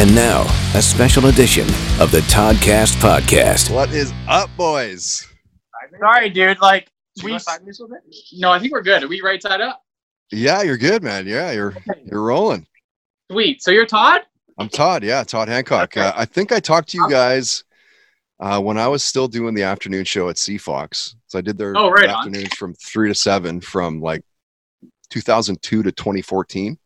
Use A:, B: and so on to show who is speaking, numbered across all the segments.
A: And now, a special edition of the Toddcast podcast.
B: What is up, boys?
C: Sorry, dude. Like
D: we
C: we
D: five minutes with it?
C: no, I think we're good. Are we right side up?
B: Yeah, you're good, man. Yeah, you're you're rolling.
C: Sweet. So you're Todd?
B: I'm Todd. Yeah, Todd Hancock.
C: Okay. Oh.
B: Uh, I think I talked to you guys uh, when I was still doing the afternoon show at Sea Fox. So I did their
C: Oh, right on.
B: afternoons from three to seven from like 2002 to 2014.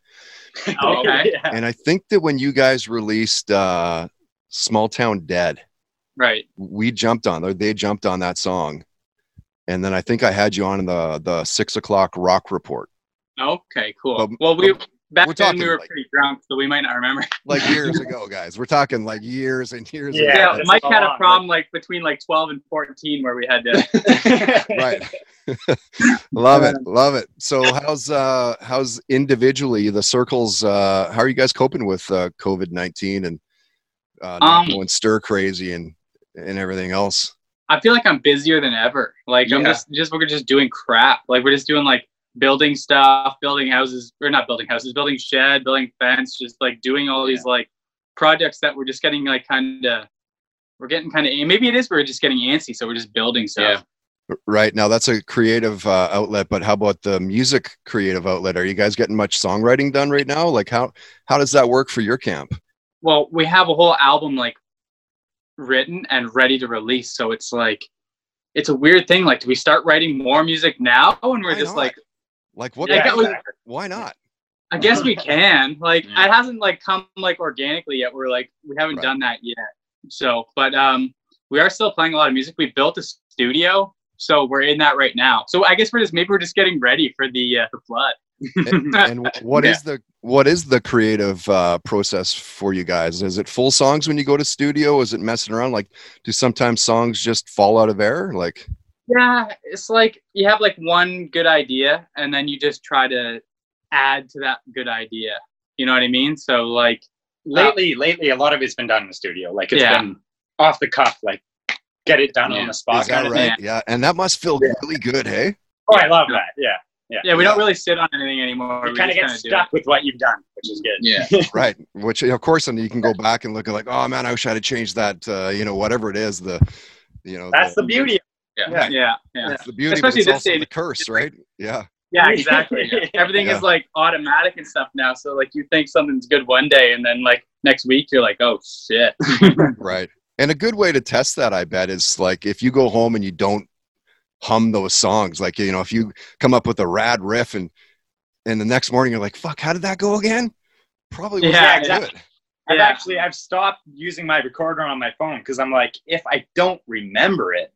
C: Okay.
D: Oh, yeah.
B: And I think that when you guys released uh, Small Town Dead,
C: Right.
B: we jumped on or they jumped on that song. And then I think I had you on in the the six o'clock rock report.
C: Okay. Cool.
B: But-
C: well, we back
B: we're
C: then
B: talking,
C: we were
B: like-
C: pretty drunk, so we might not remember.
B: Like years ago, guys. We're talking like years and years
D: Yeah,
B: ago.
C: Yeah,
D: this
C: Mike
D: is a
C: had a
D: lot,
C: problem like between like 12 and 14 where we had to.
B: right love it love it so how's uh how's individually the circles uh how are you guys coping with uh covid-19 and uh not
C: Um,
B: going stir crazy and and everything else
C: I feel like I'm busier than ever. Like I'm
D: Yeah.
C: just just we're just doing crap. Like we're just doing like building stuff, building houses, or not building houses, building shed, building fence, just like doing all these like projects that we're just getting like kind of we're getting kind of maybe it is we're just getting antsy, so we're just building stuff.
B: right now that's a creative uh, outlet but how about the music creative outlet are you guys getting much songwriting done right now like how how does that work for your camp
C: well we have a whole album like written and ready to release so it's like it's a weird thing like do we start writing more music now and we're
B: Why
C: just
B: not?
C: like
B: like what
C: Yeah,
B: kind
C: that
B: of-
C: was-
D: exactly.
B: why not
C: i guess we can like
D: Yeah.
C: it hasn't like come like organically yet we're like we haven't
B: Right.
C: done that yet so but um we are still playing a lot of music we built a studio so we're in that right now so i guess we're just maybe we're just getting ready for the uh, the flood
B: and, and what is
C: Yeah.
B: the what is the creative uh, process for you guys? Is it full songs when you go to studio? Is it messing around? Like, do sometimes songs just fall out of air? Like,
C: Yeah, it's like you have like one good idea and then you just try to add to that good idea. You know what I mean? So like
D: Lately, lately, a lot of it's been done in the studio. Like it's
C: Oh. Yeah.
D: been off the cuff, like get it done on
C: Yeah.
D: the spot.
B: is that
D: Kind of
B: right?
D: thing.
B: Yeah. and that must feel
D: Yeah.
B: really good, hey?
D: Oh, I love that. Yeah,
C: yeah, we
B: Yeah.
C: don't really sit on anything anymore.
D: you
C: we
D: kind of
C: just
D: get
C: kinda do
D: stuck with what you've done, which is good.
C: Yeah.
B: right. Which, of course, and you can go back and look at like, oh man, I wish I'd have changed that. Uh, you know, whatever it is, the you know,
D: That's the beauty.
C: it.
B: Yeah.
C: Yeah. Yeah. Yeah.
B: That's the beauty,
C: Especially
B: but it's
C: this
B: also
C: day
B: the
C: and
B: curse, right? Yeah,
C: Yeah, exactly.
D: Yeah.
C: Everything
B: Yeah.
C: is like automatic and stuff now. So like you think something's good one day and then like next week you're like, oh shit.
B: right. And a good way to test that, I bet, is like if you go home and you don't hum those songs. Like, you know, if you come up with a rad riff and and the next morning you're like, fuck, how did that go again? Probably wasn't
C: Yeah,
B: that
D: exactly.
B: good.
D: I've
C: Yeah.
D: actually I've stopped using my recorder on my phone because I'm like, if I don't remember it,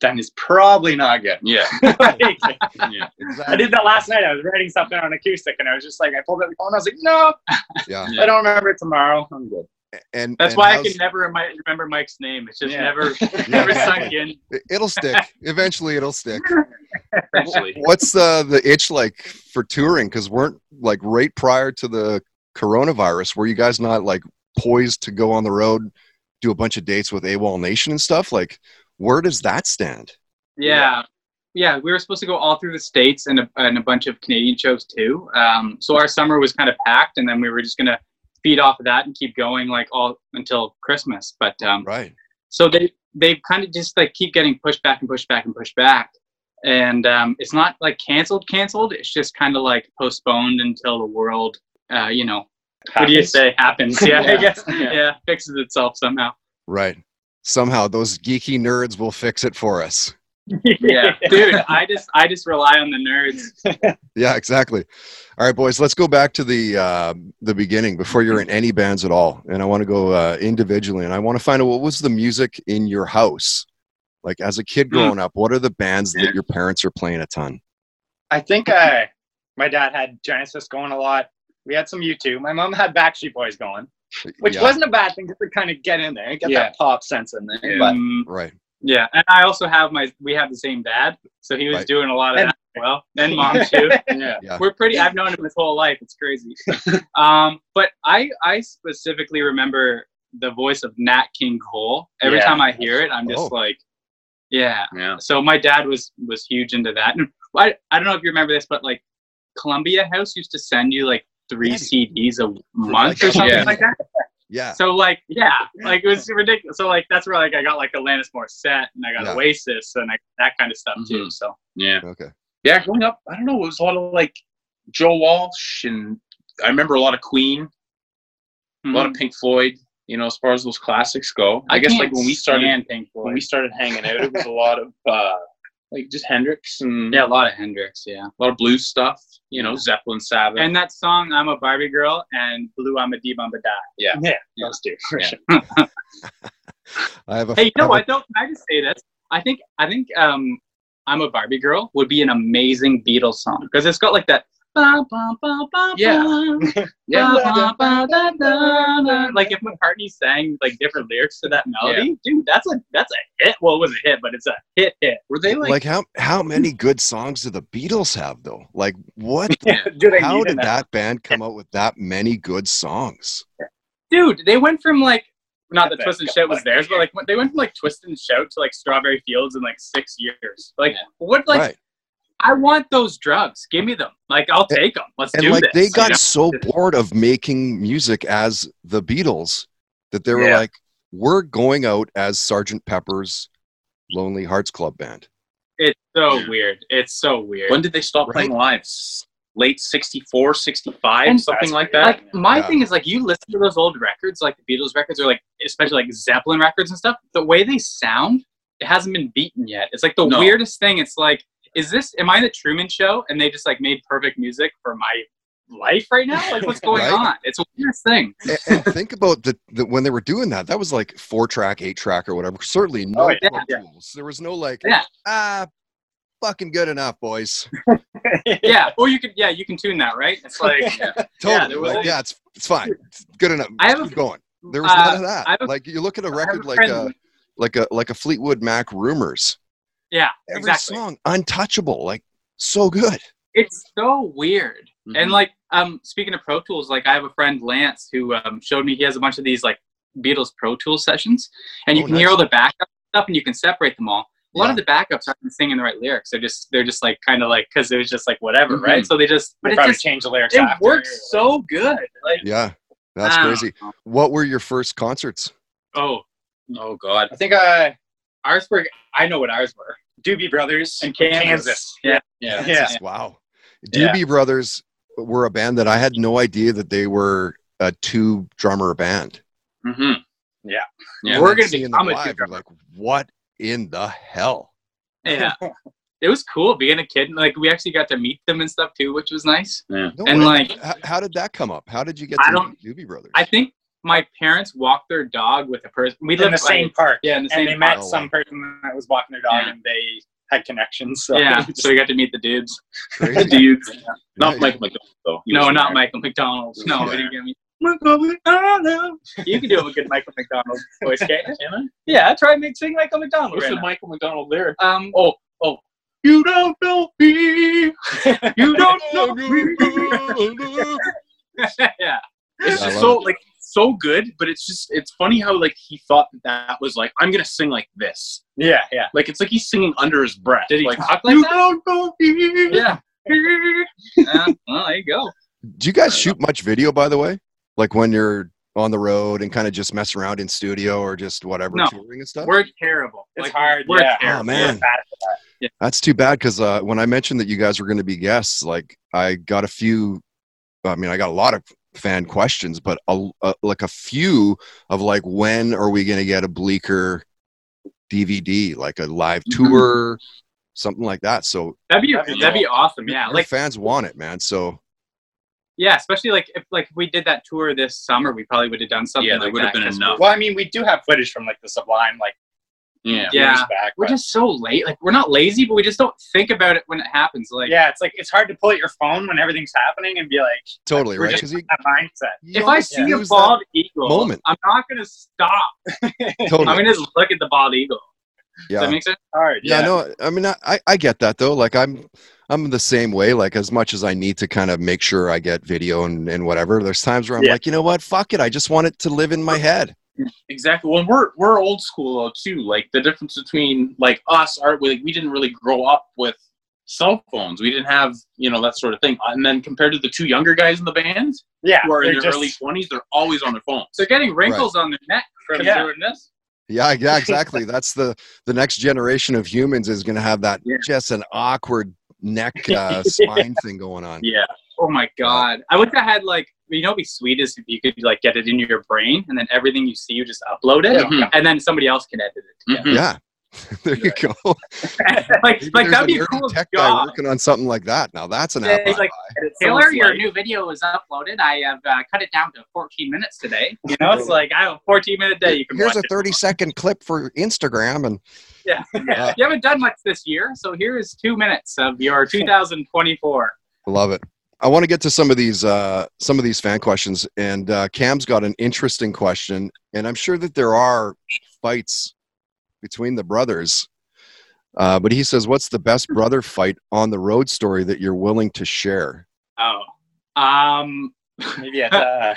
D: then it's probably not good.
C: Yeah.
D: Like, I
B: Exactly.
D: did that last night. I was writing something on acoustic, and I was just like, I pulled out the phone. I was like, no,
B: Yeah.
D: I don't remember it tomorrow. I'm good.
B: And
C: That's
B: and
C: why I
B: how's-
C: can never mi- remember Mike's name. It's just
D: Yeah.
C: never
B: Yeah,
C: never sunk
B: exactly.
C: in.
B: It- It'll stick. Eventually it'll stick.
C: Actually.
B: What's uh, the the itch like for touring? Because weren't like right prior to the coronavirus, were you guys not like poised to go on the road, do a bunch of dates with AWOL Nation and stuff? Like, where does that stand?
C: Yeah. Yeah, we were supposed to go all through the states and a, and a bunch of Canadian shows too. Um, so our summer was kind of packed, and then we were just gonna feed off of that and keep going like all until Christmas. But um,
B: Right.
C: so they they kind of just like keep getting pushed back and pushed back and pushed back, and um, it's not like canceled, canceled. It's just kind of like postponed until the world, uh, you know, what do you say happens? Yeah, I guess.
D: Yeah.
C: yeah, fixes itself somehow.
B: Right. Somehow those geeky nerds will fix it for us.
C: Yeah, dude, I just I just rely on the nerds.
B: Yeah, exactly. All right, boys, let's go back to the uh, the beginning before you're in any bands at all. And I want to go uh, individually, and I want to find out what was the music in your house, like as a
C: Hmm.
B: kid growing up. What are the bands that your parents are playing a ton?
D: I think uh, my dad had Genesis going a lot. We had some U2. My mom had Backstreet Boys going. which
B: Yeah.
D: wasn't a bad thing to kind of get in there and get
C: Yeah.
D: that pop sense in there.
C: Yeah.
D: But
C: Um,
B: Right.
C: yeah, and I also have my. We have the same dad, so he was
B: Right.
C: doing a lot of
D: And-
C: that. as Well, and mom too.
D: yeah,
C: We're pretty. I've known him his whole life. It's crazy. um, but I I specifically remember the voice of Nat King Cole. Every
D: Yeah.
C: time I hear it, I'm just
B: Oh.
C: like, yeah.
D: yeah,
C: So my dad was was huge into that. And I I don't know if you remember this, but like Columbia House used to send you like three
B: Yeah.
C: CDs a month or something
D: Yeah.
C: like that.
B: Yeah.
C: So like yeah, like it was ridiculous. So like that's where like I got like Alanis Morissette and I got
B: Yeah.
C: Oasis and I, that kind of stuff too.
D: Mhm.
C: So
D: yeah,
B: Okay.
D: yeah. Growing up, I don't know. It was a lot of like Joe Walsh, and I remember a lot of Queen,
C: Mm-hmm.
D: a lot of Pink Floyd. You know, as far as those classics go, I, guess
C: can't
D: like when we started
C: stand Pink
D: when
C: Floyd.
D: we started hanging out, it was a lot of uh, like just Hendrix and
C: yeah, a lot of Hendrix. Yeah.
D: a lot of blues stuff. You know, Zeppelin, Sabbath.
C: And that song, I'm a Barbie Girl, and Blue, I'm a D Bamba Da.
D: yeah,
C: Yeah.
D: those two. for
C: Yeah.
D: sure.
B: I have a.
C: Hey, you know
B: I
C: what
B: have
C: though? Can I just say this? I think I think um, I'm a Barbie girl would be an amazing Beatles song because it's got like that. ba, ba, ba, ba,
D: Yeah.
C: ba,
D: Yeah.
C: ba, ba, da, da, da. Like if McCartney sang like different lyrics to that melody, dude, that's a that's a hit. Well, it was a hit, but it's a hit hit.
D: Were they
B: a-
D: like,
B: like how how many good songs do the Beatles have though? Like what?
D: do they
B: How
D: need
B: did
D: it?
B: that band come out with that many good songs?
C: Dude, they went from like not that
D: Epic.
C: Twist and Shout was theirs, but like they went from like Twist and Shout to like Strawberry Fields in like six years. Like
D: Yeah.
C: what? Like
B: right.
C: I want those drugs. Give me them. Like I'll take them. Let's
B: And
C: do
B: like
C: this.
B: they
C: you
B: got
C: know?
B: so bored of making music as the Beatles that they were
D: Yeah.
B: like, we're going out as Sergeant Pepper's Lonely Hearts Club Band.
C: It's so
D: Yeah.
C: weird. It's so weird.
D: When did they stop
B: Right.
D: playing live? S- Late 64, 65,
C: And-
D: something like that?
C: like my
B: Yeah.
C: thing is like you listen to those old records, like the Beatles records, or like especially like Zeppelin records and stuff. The way they sound, it hasn't been beaten yet. It's like the
D: No.
C: weirdest thing. It's like, is this? Am I the Truman Show? And they just like made perfect music for my life right now. Like what's going
B: Right.
C: on? It's the weirdest thing.
B: And, and think about the, the when they were doing that, that was like four track, eight track, or whatever. Certainly no
D: Oh, yeah,
B: Pro
C: yeah.
B: tools. There was no like,
C: Yeah.
B: ah, fucking good enough, boys.
C: Yeah. Or you could. Yeah, you can tune that, right? It's like.
B: Totally.
C: Yeah,
B: Yeah,
C: there was like-
B: yeah it's, it's fine. It's good enough.
C: I have
B: Just
C: a-
B: keep going. There was
C: uh,
B: none of that.
C: I have a-
B: like you look at a
C: I have
B: record
C: a
B: like uh,
C: friend-
B: a like a like a Fleetwood Mac Rumors.
C: yeah.
B: Every
C: exactly.
B: song untouchable, like so good.
C: It's so weird.
D: Mhm.
C: And like, um, speaking of Pro Tools, like I have a friend Lance who um, showed me he has a bunch of these like Beatles Pro Tools sessions, and you
B: Oh,
C: can hear
B: nice.
C: all the backup stuff and you can separate them all. A lot of the backups aren't singing the right lyrics. They're just they're just like kind of like because it was just like whatever,
D: Mhm.
C: right? So they just but
D: They
C: it
D: probably
C: just
D: changed the lyrics
C: it
D: after.
C: works so good. Like
B: Yeah, that's
C: I don't
B: crazy.
C: know.
B: What were your first concerts?
C: Oh,
D: Oh, God.
C: I think I ours were I know what ours were
D: Doobie Brothers
C: in Kansas. Yeah, yeah,
D: Yeah.
B: Wow,
D: Yeah.
B: Doobie Brothers were a band that I had no idea that they were a two drummer band.
D: Mm-hmm. Yeah. Yeah.
C: We're
B: Like,
C: gonna
B: seeing
C: become
B: them
C: a
B: live,
C: two-drummer.
B: you're Like what in the hell?
C: yeah. It was cool being a kid. and, Like we actually got to meet them and stuff too, which was nice.
B: No
C: And,
B: way.
C: like-
B: H- how did that come up? How did you get
C: I
B: to
C: don't-
B: Doobie Brothers?
C: I think my parents walked their dog with a person. We
D: In
C: lived
D: the same park.
C: yeah, in the
D: And
C: same
D: they met
B: park.
D: some person that was walking their dog
C: Yeah.
D: and they had connections. So
C: yeah. So we got to meet the dudes.
B: Crazy.
C: dudes.
B: Nice.
D: McDonald, though.
C: No, not Michael McDonald. No,
B: Yeah.
C: you get me. Michael McDonald. You can do a good Michael McDonald voice, can't you? Yeah, I try and sing Michael McDonald.
D: What's
C: right
D: the
C: now.
D: Michael McDonald lyric?
C: um,
D: Oh, oh. You don't know me.
C: you don't know. yeah,
D: It's
B: I
D: just
B: love
D: so
B: it.
D: like so good, but it's just it's funny how like he thought that that was like I'm gonna sing like this. Yeah, yeah. Like it's like he's singing under his breath.
C: Did he
D: like,
C: talk like
D: you
C: that?
D: don't know me.
C: yeah. yeah. Well, there you go.
B: Do you guys shoot much video, by the way? Like when you're on the road and kind of just mess around in studio or just whatever
C: No.
B: touring and stuff?
C: We're terrible.
D: It's
C: Like,
D: hard,
C: We're
D: yeah. Oh,
C: terrible.
B: Oh man, that's too bad. Because uh, when I mentioned that you guys were going to be guests, like I got a few. I mean, I got a lot of fan questions, but a, uh, like a few of like, when are we going to get a Bleaker DVD, like a live
C: Mhm.
E: Mm-hmm.
B: tour, something like that? So
C: That'd be
D: That'd be
C: that'd be awesome. Yeah,
B: our
C: like
B: fans want it, man. So
C: Yeah, especially like if like if we did that tour this summer, we probably would have done something.
D: Yeah, there
C: like
D: would've
C: that
D: been
C: 'cause
D: enough.
C: we-
D: Well, I mean, we do have footage from like the Sublime like Yeah.
C: Yeah.
D: years back,
C: We're
D: but-
C: just so late. Like we're not lazy, but we just don't think about it when it happens. Like
E: yeah, it's like it's hard to pull out your phone when everything's happening and be like
B: Totally
E: We're
B: right. Because
E: just-
B: you,
E: that mindset.
B: you
C: if
B: don't
C: I see a
B: use that-
C: bald eagle,
B: moment.
C: I'm not gonna stop.
B: totally.
C: I'm gonna just look at the bald eagle.
B: yeah.
C: Does that make sense?
E: Hard.
B: yeah. no, I mean, I, I get that though. Like I'm, I'm the same way. Like as much as I need to kind of make sure I get video and, and whatever, there's times where I'm
E: Yeah.
B: like, you know what? Fuck it. I just want it to live in my head.
D: Exactly. Well, we're we're old school though too. Like the difference between like us are we, like we didn't really grow up with cell phones. We didn't have you know that sort of thing. And then compared to the two younger guys in the band
E: Yeah,
D: who are in
E: they're
D: their
E: just-
D: early twenties, they're always on their phones.
C: They're getting wrinkles on their neck from
E: Yeah.
C: doing this.
B: Yeah, yeah, exactly. That's the the next generation of humans is going to have that
C: Yeah.
B: just an awkward neck uh, spine thing going on.
D: Yeah.
C: Oh my god! I wish I had like you know, it'd be sweet is if you could like get it into your brain and then everything you see, you just upload it,
D: Mhm.
C: and then somebody else can edit it. together.
D: Mhm.
B: Yeah. there you go. Maybe
C: like, Hmm. like
B: there's
C: that'd
B: an
C: be a
B: early
C: cool
B: tech guy
C: job.
B: working on something like that. Now that's an
C: Yeah,
B: app.
C: he's
B: I
C: like,
B: buy.
E: And it's
C: Taylor,
E: someone's
C: your
E: life.
C: new video was uploaded. I have uh, cut it down to 14 minutes today. You know, it's like I have a 14 minute day. You can
B: Here's a
C: watch
B: 30 second clip for Instagram, and
C: It. Yeah. you haven't done much this year, so here is two minutes of your 2024.
B: love it. I want to get to some of these uh, some of these fan questions, and uh, Cam's got an interesting question, and I'm sure that there are fights between the brothers. Uh, but he says, "What's the best brother fight on the road story that you're willing to share?"
C: Oh, um,
E: Maybe it's uh,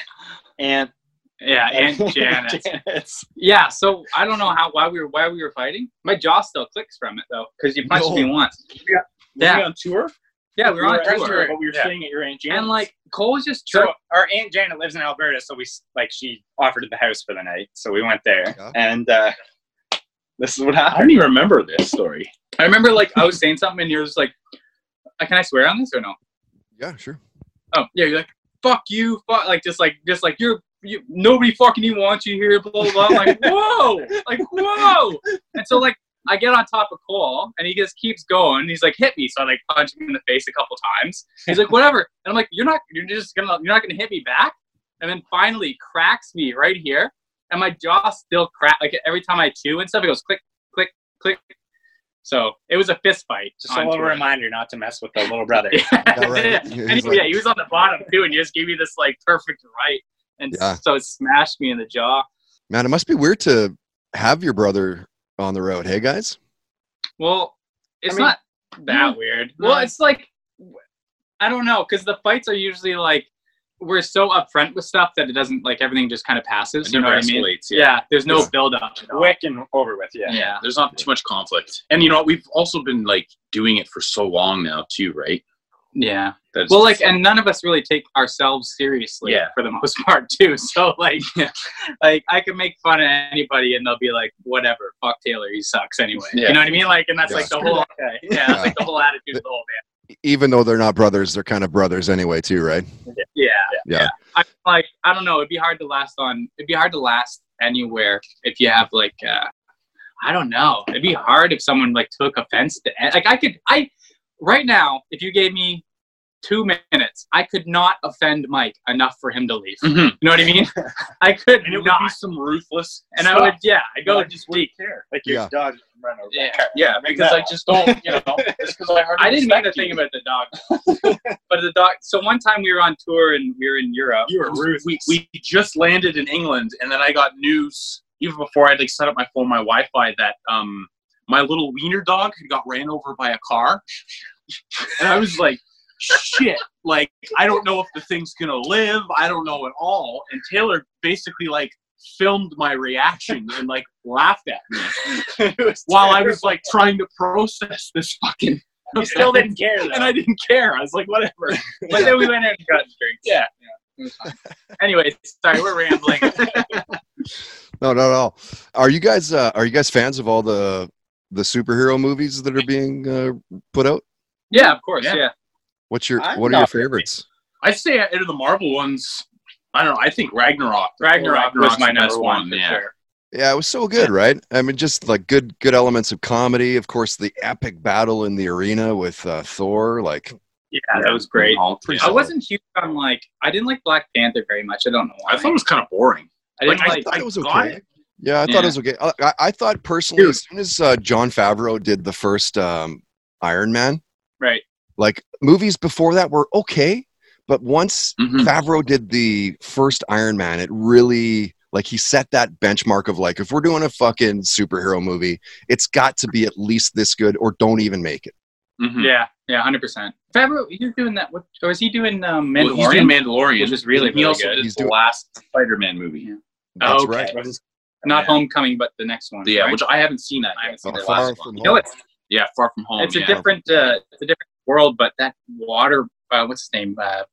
E: and
C: yeah, and Janet.
E: Janet's.
C: Yeah, so I don't know how why we were why we were fighting. My jaw still clicks from it though, because you punched
B: No.
C: me once.
D: Were we
C: Yeah,
D: on tour?
C: yeah, we were on
E: at-
C: tour,
E: But we were
D: Yeah.
E: staying at your aunt Janet's.
C: and like Cole was just
E: so
C: tripping.
E: our aunt Janet lives in Alberta, so we s- like she offered at the house for the night, so we went there,
B: Yeah.
E: and uh, this is what
D: I
E: happened.
D: don't even remember this story.
C: I remember like I was saying something, and you're just like, "Uh, "Can I swear on this or no?"
B: Yeah, sure.
C: Oh yeah, you're like, "Fuck you, fuck!" Like just like just like you're you, nobody fucking even wants you here. Blah blah. blah. I'm like, "Whoa!" Like whoa! And so like I get on top of Cole, and he just keeps going. He's like, "Hit me!" So I like punch him in the face a couple times. He's like, "Whatever," and I'm like, "You're not. You're just gonna. You're not gonna hit me back." And then finally cracks me right here, and my jaw still crack. Like every time I chew and stuff, it goes click, click, click. So it was a fist fight.
E: Just a
C: on
E: little
C: tour.
E: reminder not to mess with the little brother.
C: Yeah,
B: right.
C: yeah.
B: He was
C: And he-
B: like-
C: yeah, he was on the bottom too, and he just gave me this like perfect right, and s-
B: Yeah.
C: so it smashed me in the jaw.
B: Man, it must be weird to have your brother on the road. Hey guys,
C: Well, it's
E: mean,
C: not that weird. Well, it's like I don't know, because the fights are usually like we're so upfront with stuff that it doesn't like everything just kind of passes.
D: It
C: You know what I
D: never
C: mean?
D: escalates.
C: Yeah, there's no
B: Yeah.
C: build up. At all.
E: Quick and over with, yeah.
C: yeah.
D: There's not too much conflict. And you know what? We've also been like doing it for so long now too, right?
C: yeah.
D: That's
C: Well, like, and none of us really take ourselves seriously
D: Yeah.
C: for the most part, too. So, like, like I can make fun of anybody, and they'll be like, "Whatever, fuck Taylor, he sucks anyway."
D: Yeah.
C: You know what I mean? Like, and that's
B: Yeah.
C: like the whole, yeah, that's like the whole attitude of the whole band.
B: even though they're not brothers, they're kind of brothers anyway, too, right?
C: Yeah,
B: Yeah.
C: I, like, I don't know. It'd be hard to last on. It'd be hard to last anywhere if you have like, uh, I don't know. It'd be hard if someone like took offense to. Like, I could, I right now, if you gave me two minutes, I could not offend Mike enough for him to leave.
D: Mhm.
C: You know what I mean? I could
D: And it would
C: not.
D: be some ruthless
C: and I would, yeah, I go
E: Like,
C: just deep.
E: Like your
B: Yeah.
E: dog run over.
C: Yeah.
D: Yeah, because I just don't, you know, just because I hardly
C: I didn't mean
D: respect
C: the thing
D: you.
C: about the dog, but the dog. So one time we were on tour and we were in Europe.
D: You were ruthless. We, we just landed in England, and then I got news even before I'd like set up my phone, my Wi-Fi that um my little wiener dog had got ran over by a car, and I was like, shit. Like I don't know if the thing's gonna live. I don't know at all. And Taylor basically like filmed my reaction and like laughed at me while I was like trying to process this fucking.
E: You still didn't care though.
D: and I didn't care. I was like, whatever.
C: But then we went in and got drinks.
D: Yeah.
C: It was fun. Anyways, sorry, we're rambling.
B: No, not at all. Are you guys uh, are you guys fans of all the the superhero movies that are being uh, put out?
C: yeah, of course.
D: Yeah.
C: Yeah.
B: What's your
E: I'm
B: What are your
E: not really.
B: favorites?
D: I'd say out of the Marvel ones, I don't know. I think Ragnarok.
C: Ragnarok was
D: Ragnarok's
C: my
D: the
C: number
D: best
C: one,
D: one,
C: for
D: yeah.
C: sure.
B: Yeah, it was so good, right? I mean, just like good good elements of comedy. Of course, the epic battle in the arena with uh, Thor. Like,
C: Yeah, that was great.
D: Pretty
C: I
D: solid.
C: wasn't huge on like I didn't like Black Panther very much. I don't know why.
D: I thought it was kind of boring.
C: I didn't
D: Like,
C: like.
D: I-
B: I thought it was
D: got
B: okay.
D: it.
B: Yeah, I thought it was okay. Uh, I, I- I thought personally, as soon as uh, John Favreau did the first um, Iron Man,
C: Right.
B: Like movies before that were okay, but once Favreau did the first Iron Man, it really like he set that benchmark of like if we're doing a fucking superhero movie, it's got to be at least this good or don't even make it.
D: Mm-hmm.
C: Yeah, yeah, hundred percent. Fabro, he's doing that. What, or is he doing um, Mandalorian?
D: Well, he's doing Mandalorian,
C: Which is really,
D: and
C: really
D: he also
C: good.
D: did
B: He's
D: the
B: doing-
D: last Spider-Man movie.
C: Yeah.
B: That's
C: okay.
B: right.
C: Not
D: Yeah.
C: Homecoming, but the next one.
D: Yeah,
C: right?
D: which I haven't seen that. I haven't seen
B: Uh,
D: the
B: Far
D: last
B: From
D: one.
C: you know,
B: Home.
C: it's
D: Yeah, Far From
B: oh,
D: Home.
C: it's a
D: yeah.
C: different, uh, it's a different world. But that water, uh, what's his name? Uh,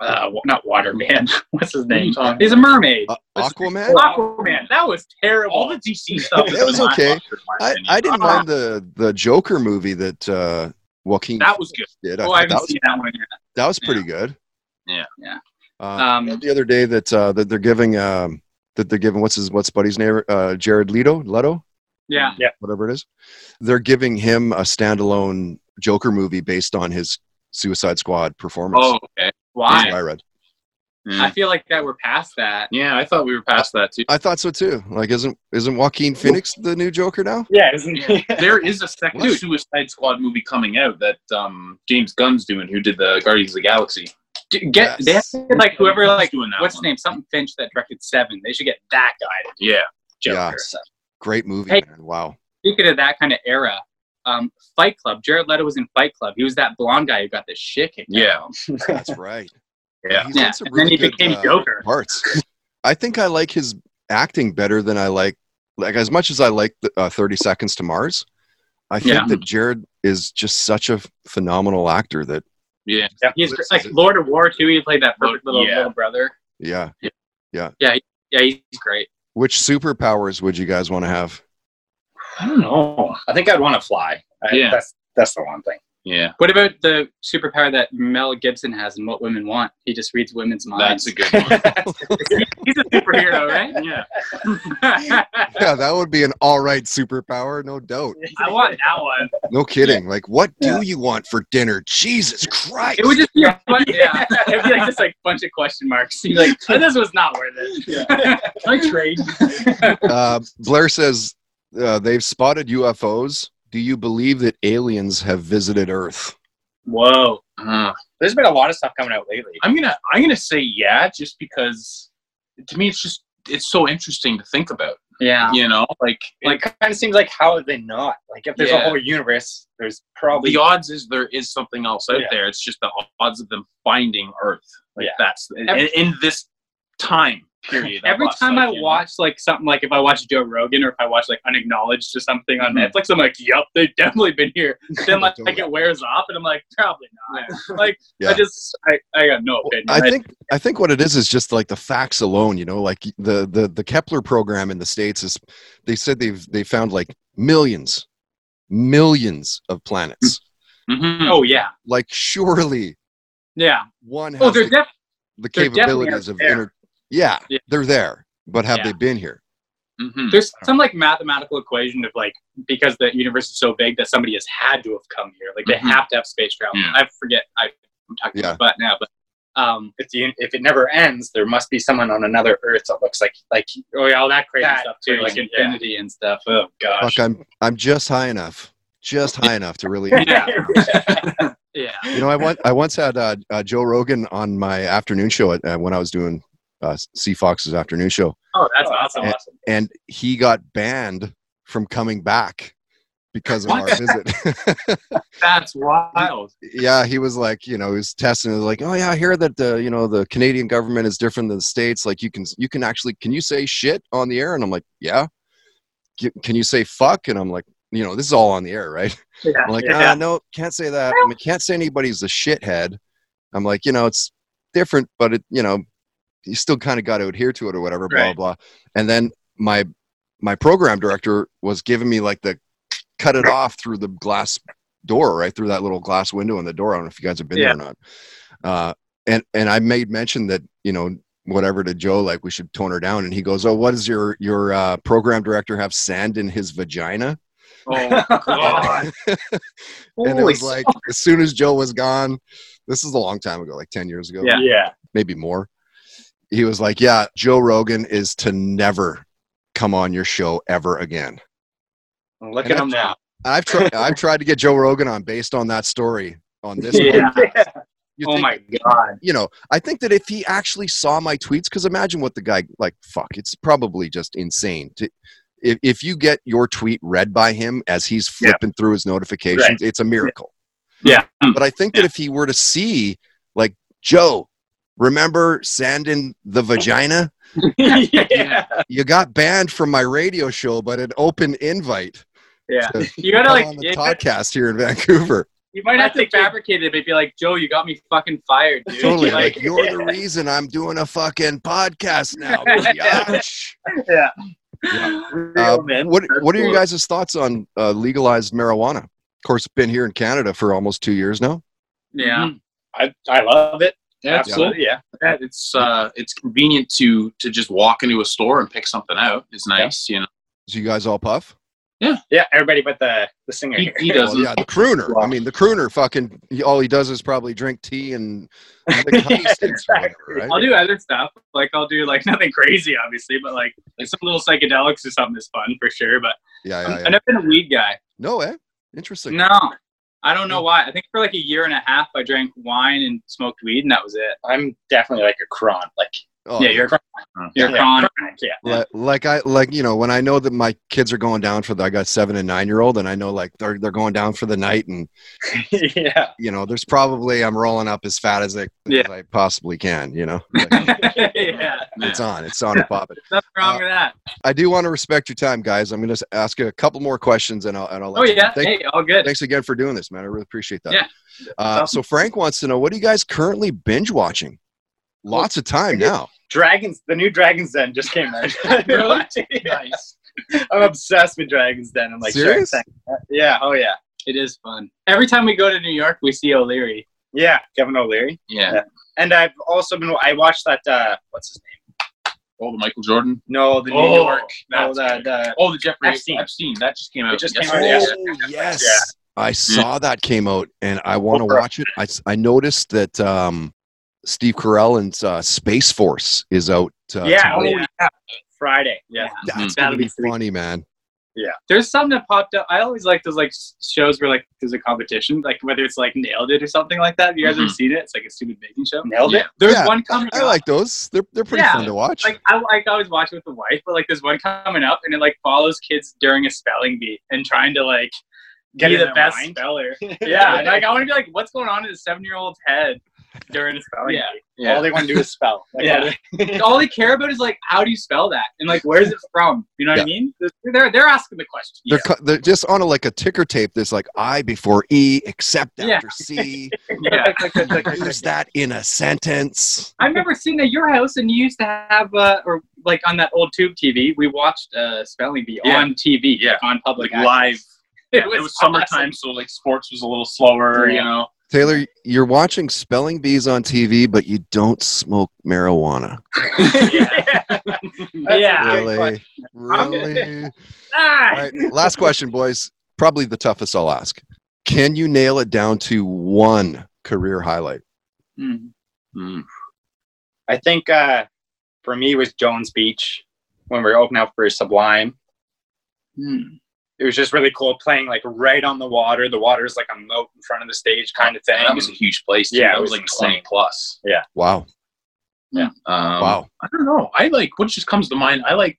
C: uh, wa- not Water Man. what's his name? He's a mermaid.
B: Uh,
C: What's-
B: Aquaman.
C: Aquaman. That was terrible.
D: Oh. All the DC stuff.
B: That was
D: is a
B: okay.
D: blockbuster, in my
B: I,
D: opinion.
B: I
C: Ah.
B: didn't mind the the Joker movie that uh, Joaquin
D: That was good.
B: did. I
C: oh,
B: thought
C: I
B: that
C: haven't
B: was
C: seen that one yet.
B: that was pretty good.
D: Yeah.
C: Yeah.
B: Uh,
C: Um,
B: the other day that uh, that they're giving um, that they're giving what's his what's buddy's name uh, Jared Leto Leto
C: yeah.
B: whatever it is. They're giving him a standalone Joker movie based on his Suicide Squad performance.
D: Oh, okay.
B: That's
C: Why?
B: what I read.
C: I feel like that we're past that.
D: Yeah, I thought we were past that too.
B: I thought so too. Like, isn't isn't Joaquin Phoenix the new Joker now?
E: Yeah, isn't
D: there is a second
B: Dude.
D: Suicide Squad movie coming out that um, James Gunn's doing, who did the Guardians of the Galaxy.
C: D- Get they
B: Yes.
C: have to get, like whoever
D: Who's
C: like
D: doing that
C: what's
D: one?
C: his name something Finch that directed Seven. They should get that guy to do
D: Yeah.
B: Yeah.
C: Joker. So,
B: Great movie,
C: Hey.
B: man. Wow.
C: speaking of that kind of era, um, Fight Club. Jared Leto was in Fight Club. He was that blonde guy who got the shit kicked. out
D: Yeah.
C: of him.
B: That's right.
D: Yeah.
B: He's done
C: yeah.
B: some
C: And then
B: really
C: he
B: good,
C: became
B: uh,
C: Joker.
B: parts. I think I like his acting better than I like like as much as I like the, uh, Thirty Seconds to Mars. I think
C: Yeah.
B: that Jared is just such a phenomenal actor that
D: Yeah.
C: He's
B: Eclipse
C: like
B: is-
C: Lord of War too. He played that perfect little
D: yeah.
C: little brother.
B: yeah.
C: Yeah, he's great.
B: Which superpowers would you guys want to have?
E: I don't know. I think I'd want to fly. I-
D: Yeah.
E: that's that's the one thing.
D: Yeah.
C: What about the superpower that Mel Gibson has and what women want? He just reads women's minds.
D: That's a good one.
C: he's a superhero, right?
D: yeah.
B: Yeah, that would be an all right superpower, no doubt.
C: I want that one.
B: No kidding. Like, what do you want for dinner? Jesus Christ!
C: It would just be a fun, yeah. It'd be like just like a bunch of question marks. You'd be like, "Oh, this was not worth it. Can I trade?
B: uh, Blair says uh, they've spotted UFOs. Do you believe that aliens have visited Earth?
C: Whoa.
D: Uh,
E: There's been a lot of stuff coming out lately.
D: I'm gonna I'm gonna say yeah, just because to me it's just it's so interesting to think about.
C: Yeah.
D: You know, like
E: Like, kind of seems like how are they not? Like, if there's
D: Yeah.
E: a whole universe, there's probably
D: the odds is there is something else out
E: Yeah.
D: there. It's just the odds of them finding Earth. Like
E: Yeah.
D: that's in, in this time period. of
C: Every
D: us,
C: time
D: like,
C: I
D: you know?
C: watch like something like if I watch Joe Rogan or if I watch like unacknowledged or something on
D: Mhm.
C: Netflix, I'm like, yup, they've definitely been here. Then like,
B: Totally.
C: it wears off and I'm like, probably not. Like
B: Yeah.
C: I just I, I got no opinion.
B: I think I think what it is is just like the facts alone. You know, like the the the Kepler program in the states is they said they've they found like millions, millions of planets.
D: Mhm.
C: oh yeah.
B: like surely
C: Yeah.
B: one has
C: Oh, they're
B: the,
C: definitely
B: the
C: they're definitely
B: capabilities of
C: there.
B: inter- yeah,
C: Yeah.
B: they're there, but have
C: Yeah.
B: they been here?
D: Mhm.
C: there's some like mathematical equation of like because the universe is so big that somebody has had to have come here. Like they
D: Mhm.
C: have to have space travel.
D: Yeah.
C: I forget I, I'm talking
B: Mm-hmm. Yeah.
C: about butt now, but um
E: if the un- if it never ends, there must be someone on another Earth that looks like like
C: oh yeah, all that crazy
E: That
C: stuff too, like
E: crazy, yeah.
C: infinity and stuff. Oh gosh.
B: Fuck, I'm I'm just high enough, just high enough to really.
D: Yeah.
C: Yeah.
B: You know, I once I once had uh, uh, Joe Rogan on my afternoon show at, uh, when I was doing uh, C Fox's afternoon show,
C: Oh, that's
E: Oh,
C: awesome.
B: and, and he got banned from coming back because of our
C: What?
B: visit.
C: That's wild.
B: yeah, he was like, you know, he was testing. He was like, oh yeah, I hear that the you know the Canadian government is different than the states. Like you can you can actually can you say shit on the air? And I'm like, yeah. "Can- Can you say fuck? And I'm like, you know, this is all on the air, right?
C: Yeah.
B: I'm like,
C: Yeah.
B: ah, no, can't say that. I mean, can't say anybody's a shithead. I'm like, you know, it's different, but it, you know, you still kind of got to adhere to it or whatever, blah
D: Right.
B: blah. And then my my program director was giving me like the cut it off through the glass door, right through that little glass window in the door. I don't know if you guys have been there or not. Uh, and and I made mention that you know whatever to Joe, like we should tone her down. And he goes, oh, what does your your uh, program director have sand in his vagina?
D: Oh god.
B: and it was like as soon as Joe was gone, this is a long time ago, like ten years ago,
C: Yeah.
E: yeah.
B: maybe more. He was like, "Yeah, Joe Rogan is to never come on your show ever again.
D: Well, look
B: And
D: at him now.
B: I've tried. I've tried to get Joe Rogan on based on that story on this.
D: Yeah.
B: one. You
D: oh
B: think-
D: my god.
B: You know, I think that if he actually saw my tweets, because imagine what the guy like. Fuck, it's probably just insane. To, if if you get your tweet read by him as he's
D: Yeah.
B: flipping through his notifications,
D: Right.
B: it's a miracle.
D: Yeah.
B: But I think that if he were to see, like Joe, remember sand in the vagina?
D: yeah.
B: You got banned from my radio show, but an open invite.
C: Yeah.
B: to
C: You gotta
B: come
C: like,
B: on the
C: you, gotta-
B: podcast here in Vancouver.
C: you might have to fabricate it, but be like, Joe, you got me fucking fired, dude.
B: Totally.
C: Like,
B: Like, you're the reason I'm doing a fucking podcast now. biatch.
D: Yeah.
B: Uh,
D: Real man.
B: what What are your guys' thoughts on uh, legalized marijuana? Of course, been here in Canada for almost two years now.
C: yeah.
E: I, I love it.
D: Yeah,
E: Absolutely. Yeah.
D: Yeah, it's uh, it's convenient to to just walk into a store and pick something out. It's nice, you know.
B: So you guys all puff?
E: Yeah. Everybody but the, the singer.
D: He,
E: here.
D: he
B: Well,
D: doesn't.
B: yeah, the crooner. I mean, the crooner. Fucking, he- all he does is probably drink tea and lick honey sticks or whatever, right?
C: I'll do other stuff. Like I'll do like nothing crazy, obviously, but like, like some little psychedelics or something is fun for sure. But
B: Yeah,
C: I'm-
B: yeah, yeah.
C: I've never been a weed guy.
B: No, eh? Interesting.
C: No, I don't know why. I think for like a year and a half, I drank wine and smoked weed, and that was it.
E: I'm definitely like a cron. Like,
B: Oh,
C: yeah, you're you're
E: yeah,
C: con.
E: chronic, yeah.
B: like, like I like you know when I know that my kids are going down for the I got seven and nine year old and I know like they're they're going down for the night and
E: yeah.
B: you know, there's probably I'm rolling up as fat as I, as
C: Yeah.
B: I possibly can. You know, Like,
C: yeah,
B: it's uh, on, it's on and popping.
C: nothing wrong with that.
B: I do want to respect your time, guys. I'm going to ask you a couple more questions, and I'll and I'll. Let
C: Oh
B: you go.
C: yeah,
B: Thank-
C: hey, all good.
B: thanks again for doing this, man. I really appreciate that.
C: Yeah.
B: Uh, so Frank wants to know what are you guys currently binge watching? Lots of time now.
E: Dragons, the new Dragons Den just came out.
C: Really?
E: nice. I'm obsessed with Dragons Den. I'm like,
B: Serious?
E: Shark Tank. yeah, oh yeah,
C: It is fun. Every time we go to New York, we see O'Leary.
E: yeah. Kevin O'Leary,
D: Yeah.
E: and I've also been. I watched that. Uh, what's his name?
D: Oh, the Michael Jordan.
E: No, the New
D: Oh,
E: York. No,
D: that's
E: the,
D: good.
E: the
D: Oh, the Jeffrey
E: Epstein.
D: Epstein. That just came out.
E: It just came
C: Oh,
D: yesterday.
E: out yesterday.
B: yes.
E: Yeah.
B: I
C: Mm-hmm.
B: saw that came out, and I want to
E: Oprah.
B: watch it. I s- I noticed that um, Steve Carell and uh, Space Force is out. Uh,
E: yeah,
B: tomorrow.
E: oh, yeah, Friday. Yeah,
B: that's
C: that'll
B: gonna be
C: be sweet.
B: funny, man.
C: There's some that popped up. I always like those like s- shows where like there's a competition, like whether it's like nailed it or something like that. Have you guys ever
D: Mhm.
C: seen it? It's like a stupid baking show.
E: nailed it.
C: There's
B: Mm-hmm. Yeah,
C: one coming.
B: I
C: up.
B: like those. They're they're pretty
C: Yeah.
B: fun to watch.
C: like I like I was watching with the wife, but like there's one coming up and it like follows kids during a spelling bee and trying to like
E: Get
C: be
E: in
C: the
E: their
C: best
E: mind.
C: speller. Yeah, and, like I want to be like, what's going on in a seven year old's head during a spelling
E: Yeah.
D: Yeah.
E: All they want to do is spell. Like,
C: Yeah.
E: all they-
C: bee? All they care about is like, how do you spell that, and like, where's it from? You know what I mean? They're they're asking the question.
B: they're, cu- they're just on a, like a ticker tape. There's like I before E, except
C: Yeah.
B: after C.
C: Yeah.
B: Use that in a sentence.
C: I remember sitting at your house and you used to have uh, or like on that old tube TV, we watched uh, spelling bee
D: Yeah.
C: on TV,
D: Yeah.
C: on public
D: Like
C: access.
D: live.
C: It
D: It was summertime, so like sports was a little slower,
C: Yeah.
D: you know.
B: Taylor, you're watching spelling bees on TV, but you don't smoke marijuana.
E: yeah.
C: awesome.
E: Ah.
C: Yeah.
B: Really, really.
C: Ah!
B: All right, last question, boys. Probably the toughest I'll ask. Can you nail it down to one career highlight?
C: Mm.
D: Mm.
E: I think uh, for me it was Jones Beach when we were opening up for Sublime.
C: Mm.
E: It was just really cool playing like right on the water. The water's like a moat in front of the stage kind of thing.
D: That was a huge place. Too.
E: Yeah,
D: that
E: it
D: was,
E: was
D: like
E: insane.
D: twenty plus.
B: Wow,
D: Um,
B: wow.
D: I don't know. I like what just comes to mind. I like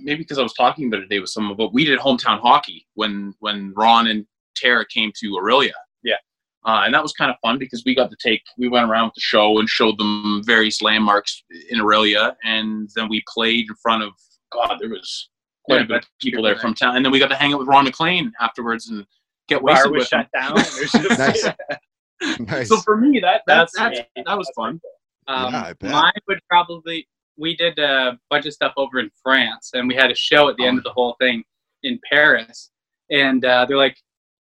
D: maybe because I was talking about it today with someone, but we did hometown hockey when when Ron and Tara came to Aurelia.
E: Yeah.
D: Uh, and that was kind of fun because we got to take we went around with the show and showed them various landmarks in Aurelia, and then we played in front of God. There was quite
C: Yeah,
D: a bit of people
C: true,
D: there from town, and then we got to hang out with Ron McLean afterwards and get
E: Bar
D: wasted
E: was
D: with him.
E: shut down. It was just-
B: Nice. Nice.
D: So for me, that that's,
C: That's-
D: that's that was fun.
C: Um,
B: Yeah, I bet.
C: mine would probably. We did a bunch of stuff over in France, and we had a show at the end of the whole thing in Paris. And uh, they're like,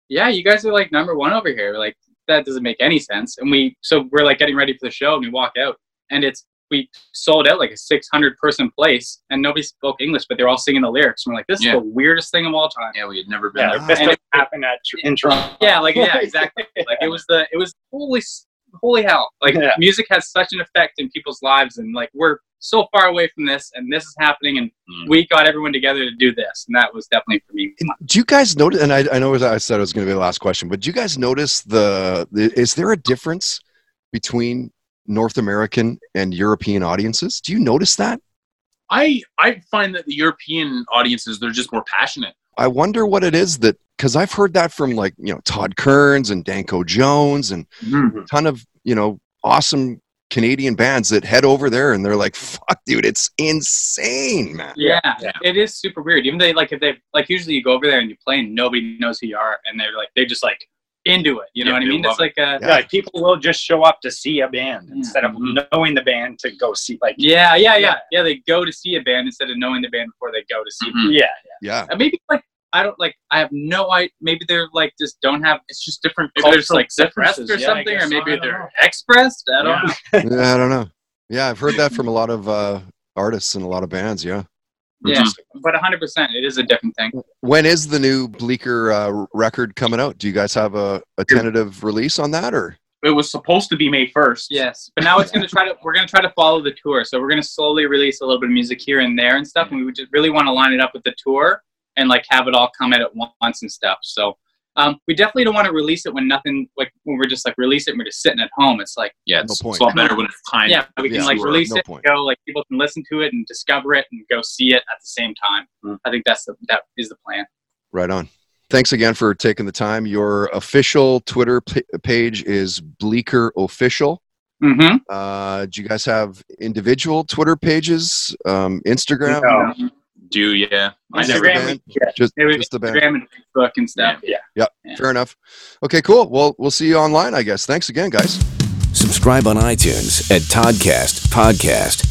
C: "Yeah, you guys are like number one over here. We're like that doesn't make any sense." And we so we're like getting ready for the show, and we walk out, and it's we sold out like a 600 person place, and nobody spoke English, but they're all singing the lyrics. And we're like, "This
D: Yeah.
C: is the weirdest thing of all time."
D: Yeah, we had never been
E: yeah,
D: there.
E: this
C: And
E: doesn't happen at Tr- in Toronto.
C: Yeah, like yeah, exactly. Like it was the it was holy s- holy hell. Like
E: Yeah.
C: music has such an effect in people's lives, and like we're so far away from this, and this is happening, and
D: Mm.
C: we got everyone together to do this, and that was definitely for me.
B: Do you guys notice? And I, I know I said it was going to be the last question, but do you guys notice the, the? Is there a difference between North American and European audiences? Do you notice that?
D: I I find that the European audiences they're just more passionate.
B: I wonder what it is that because I've heard that from like you know Todd Kearns and Danko Jones and a ton of you know awesome Canadian bands that head over there and they're like, "Fuck, dude, it's insane, man."
C: Yeah,
D: Yeah.
C: it is super weird. Even they like if they like usually you go over there and you play and nobody knows who you are, and they're like they just like into it. You know
D: Yeah,
C: what I
D: they
C: mean?
D: love
C: It's like a
B: Yeah.
E: Yeah, like, people will just show up to see a band
C: Yeah.
E: instead of knowing the band to go see. Like,
C: yeah, yeah, yeah,
E: Yeah.
C: yeah. They go to see a band instead of knowing the band before they go to see.
D: Mhm.
E: Mm-hmm. yeah,
B: Yeah,
C: And maybe like I don't like I have no idea. Maybe they're like just don't have.
D: It's just different.
C: Maybe they're just
D: cultural
C: like suppressed or
D: differences, yeah, I
C: something, or
D: guess. I
C: maybe
D: don't know.
C: they're expressed. I don't. know.
B: yeah, I don't know. Yeah, I've heard that from a lot of uh, artists and a lot of bands. Yeah.
C: Yeah, Mm-hmm. but 100, percent it is a different thing.
B: When is the new Bleaker uh, record coming out? Do you guys have a, a tentative release on that, or
D: It was supposed to be May first.
C: Yes, but now it's gonna try to. We're gonna try to follow the tour, so we're gonna slowly release a little bit of music here and there and stuff. And we would just really want to line it up with the tour and like have it all come at it once and stuff. So um, we definitely don't want to release it when nothing like when we're just like release it and we're just sitting at home. It's like
D: Yeah,
B: No
D: it's,
B: point.
D: it's a lot better when it's time.
C: yeah, we can
B: yeah,
C: like
D: sure.
C: release
B: No
C: it,
B: point.
C: go like people can listen to it and discover it and go see it at the same time.
D: Mm.
C: I think that's the that is the plan.
B: right on? Thanks again for taking the time. Your official Twitter p- page is Bleaker Official.
C: Mm-hmm.
B: Uh, do you guys have individual Twitter pages, um, Instagram?
E: No.
D: Do yeah. I
B: Just the
D: never
E: Instagram.
B: band?
E: yeah.
B: Just,
C: It was
B: just the band.
C: Instagram and Facebook and stuff.
E: yeah.
B: Fair enough. Okay, cool. Well, we'll see you online, I guess. Thanks again, guys.
A: Subscribe on iTunes at Toddcast Podcast.